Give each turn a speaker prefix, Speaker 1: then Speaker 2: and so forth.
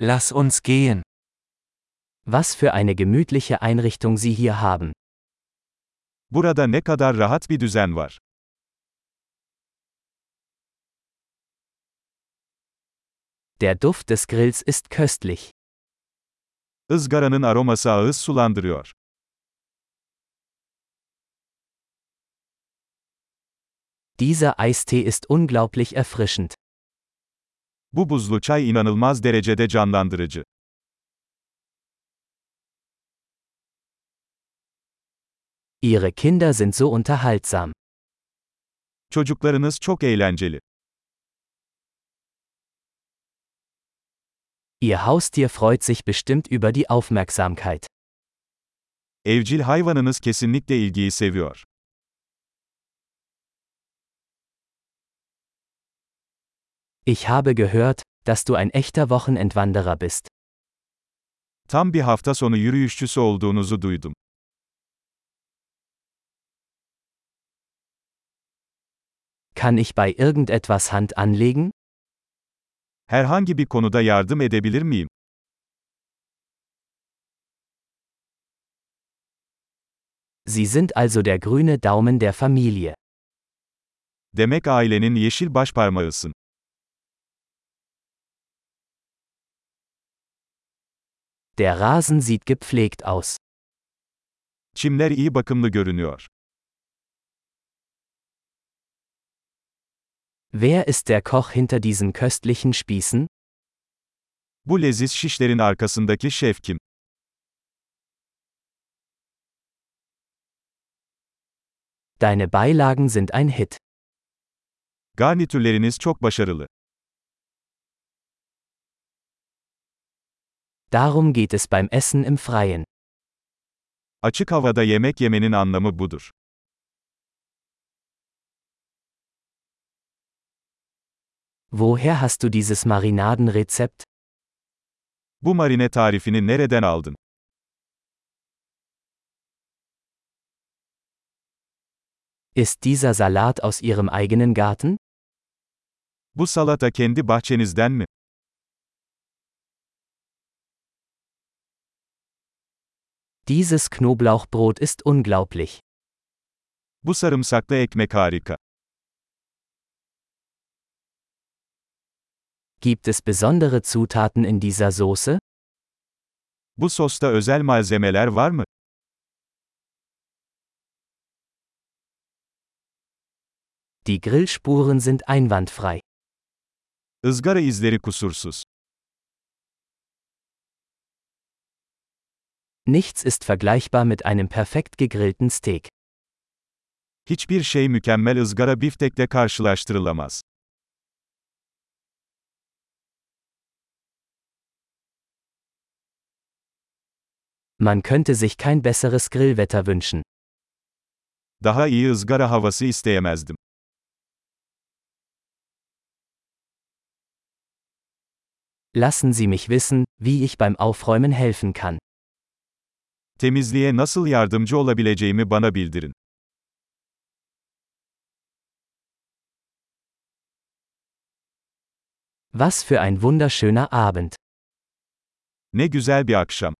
Speaker 1: Lass uns gehen.
Speaker 2: Was für eine gemütliche Einrichtung Sie hier haben.
Speaker 3: Burada ne kadar rahat bir düzen var.
Speaker 2: Der Duft des Grills ist köstlich.
Speaker 3: Izgaranın aroması ağız sulandırıyor.
Speaker 2: Dieser Eistee ist unglaublich erfrischend.
Speaker 3: Bu buzlu çay inanılmaz derecede canlandırıcı.
Speaker 2: Ihre Kinder sind so unterhaltsam.
Speaker 3: Çocuklarınız çok eğlenceli.
Speaker 2: Ihr Haustier freut sich bestimmt über die Aufmerksamkeit.
Speaker 3: Evcil hayvanınız kesinlikle ilgiyi seviyor.
Speaker 2: Ich habe gehört, dass du ein echter Wochenendwanderer bist.
Speaker 3: Tam bir hafta sonu yürüyüşçüsü olduğunuzu duydum.
Speaker 2: Kann ich bei irgendetwas Hand anlegen?
Speaker 3: Herhangi bir konuda yardım edebilir miyim?
Speaker 2: Sie sind also der grüne Daumen der Familie.
Speaker 3: Demek ailenin yeşil başparmağısın.
Speaker 2: Der Rasen sieht gepflegt aus.
Speaker 3: Çimler iyi bakımlı görünüyor.
Speaker 2: Wer ist der Koch hinter diesen köstlichen Spießen?
Speaker 3: Bu leziz şişlerin arkasındaki şef kim?
Speaker 2: Deine Beilagen sind ein Hit.
Speaker 3: Garnitürleriniz çok başarılı.
Speaker 2: Darum geht es beim Essen im Freien.
Speaker 3: Açık havada yemek yemenin anlamı budur.
Speaker 2: Woher hast du dieses Marinadenrezept?
Speaker 3: Bu marine tarifini nereden aldın?
Speaker 2: Ist dieser Salat aus Ihrem eigenen Garten?
Speaker 3: Bu salata kendi bahçenizden mi?
Speaker 2: Dieses Knoblauchbrot ist unglaublich.
Speaker 3: Bu sarımsaklı ekmek harika.
Speaker 2: Gibt es besondere Zutaten in dieser Soße?
Speaker 3: Bu sosta özel malzemeler var mı?
Speaker 2: Die Grillspuren sind einwandfrei.
Speaker 3: Izgara izleri kusursuz.
Speaker 2: Nichts ist vergleichbar mit einem perfekt gegrillten Steak.
Speaker 3: Hiçbir şey mükemmel ızgara biftekle karşılaştırılamaz.
Speaker 2: Man könnte sich kein besseres Grillwetter wünschen.
Speaker 3: Daha iyi ızgara havası isteyemezdim.
Speaker 2: Lassen Sie mich wissen, wie ich beim Aufräumen helfen kann.
Speaker 3: Temizliğe nasıl yardımcı olabileceğimi bana bildirin.
Speaker 2: Was für ein wunderschöner Abend.
Speaker 3: Ne güzel bir akşam.